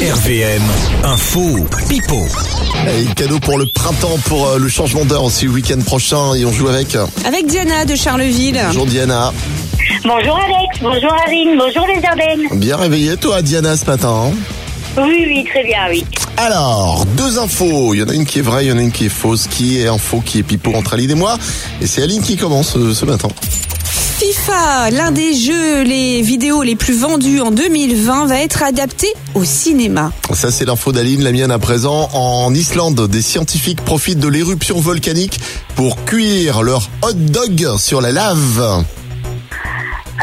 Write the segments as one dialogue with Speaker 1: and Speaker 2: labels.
Speaker 1: RVM, info, pipo.
Speaker 2: Et cadeau pour le printemps, pour euh, le changement d'heure aussi, week-end prochain, et on joue avec.
Speaker 3: Avec Diana de Charleville.
Speaker 2: Bonjour Diana.
Speaker 4: Bonjour Alex, bonjour Arine, bonjour les Ardennes.
Speaker 2: Bien réveillée toi Diana ce matin. hein
Speaker 4: Oui, oui, très bien, oui.
Speaker 2: Alors, deux infos. Il y en a une qui est vraie, il y en a une qui est fausse. Qui est info, qui est pipo entre Aline et moi. Et c'est Aline qui commence euh, ce matin.
Speaker 3: FIFA, l'un des jeux, les vidéos les plus vendus en 2020, va être adapté au cinéma.
Speaker 2: Ça c'est l'info d'Aline, la mienne à présent. En Islande, des scientifiques profitent de l'éruption volcanique pour cuire leur hot dog sur la lave.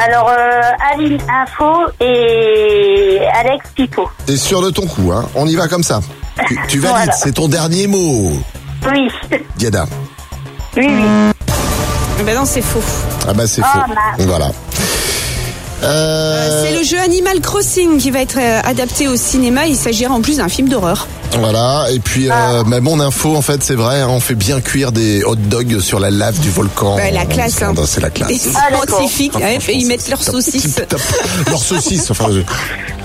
Speaker 4: Alors, euh, Aline Info et Alex Pipo.
Speaker 2: T'es sûr de ton coup, hein On y va comme ça. Tu, tu valides,
Speaker 4: Voilà.
Speaker 2: c'est ton dernier mot,
Speaker 4: Oui, oui,
Speaker 2: Diana.
Speaker 4: oui.
Speaker 3: Eh Ben non, c'est faux.
Speaker 2: Ah bah c'est
Speaker 3: Oh,
Speaker 4: Ah,
Speaker 2: faux.
Speaker 4: bah.
Speaker 2: Voilà.
Speaker 3: Euh,
Speaker 2: Euh,
Speaker 3: C'est le jeu Animal Crossing qui va être euh, adapté au cinéma. Il s'agira en plus d'un film d'horreur.
Speaker 2: Oh, Voilà. Et puis,
Speaker 3: Ah.
Speaker 2: euh, bah, mon info, en fait, c'est vrai, hein, on fait bien cuire des hot dogs sur la lave du volcan.
Speaker 3: Bah, la
Speaker 2: en
Speaker 3: classe,
Speaker 2: Islande,
Speaker 3: hein.
Speaker 2: C'est la
Speaker 3: Des
Speaker 2: classe.
Speaker 4: Ah, d'accord.
Speaker 3: scientifiques, ouais, fait, ils mettent leurs saucisses.
Speaker 2: Top. Leur saucisse, enfin, je-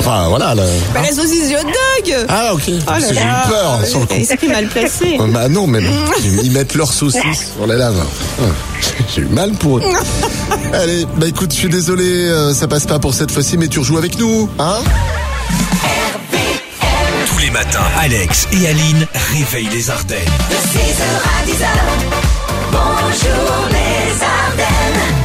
Speaker 2: enfin voilà. le-
Speaker 3: Bah, la saucisse du hot dog
Speaker 2: Ah ok.
Speaker 3: Oh là
Speaker 2: Parce que J'ai
Speaker 3: là.
Speaker 2: eu peur sur le coup.
Speaker 3: Esprit mal placé.
Speaker 2: Euh, Bah non, mais bon, ils mettent leurs saucisses sur la lave. Ah, J'ai eu mal pour eux. Allez, bah écoute, je suis désolé, euh, ça passe pas pour cette fois-ci, mais tu rejoues avec nous, hein
Speaker 1: Tous les matins, Alex et Aline réveillent les Ardennes.
Speaker 5: De 6h à 10h, bonjour les Ardennes.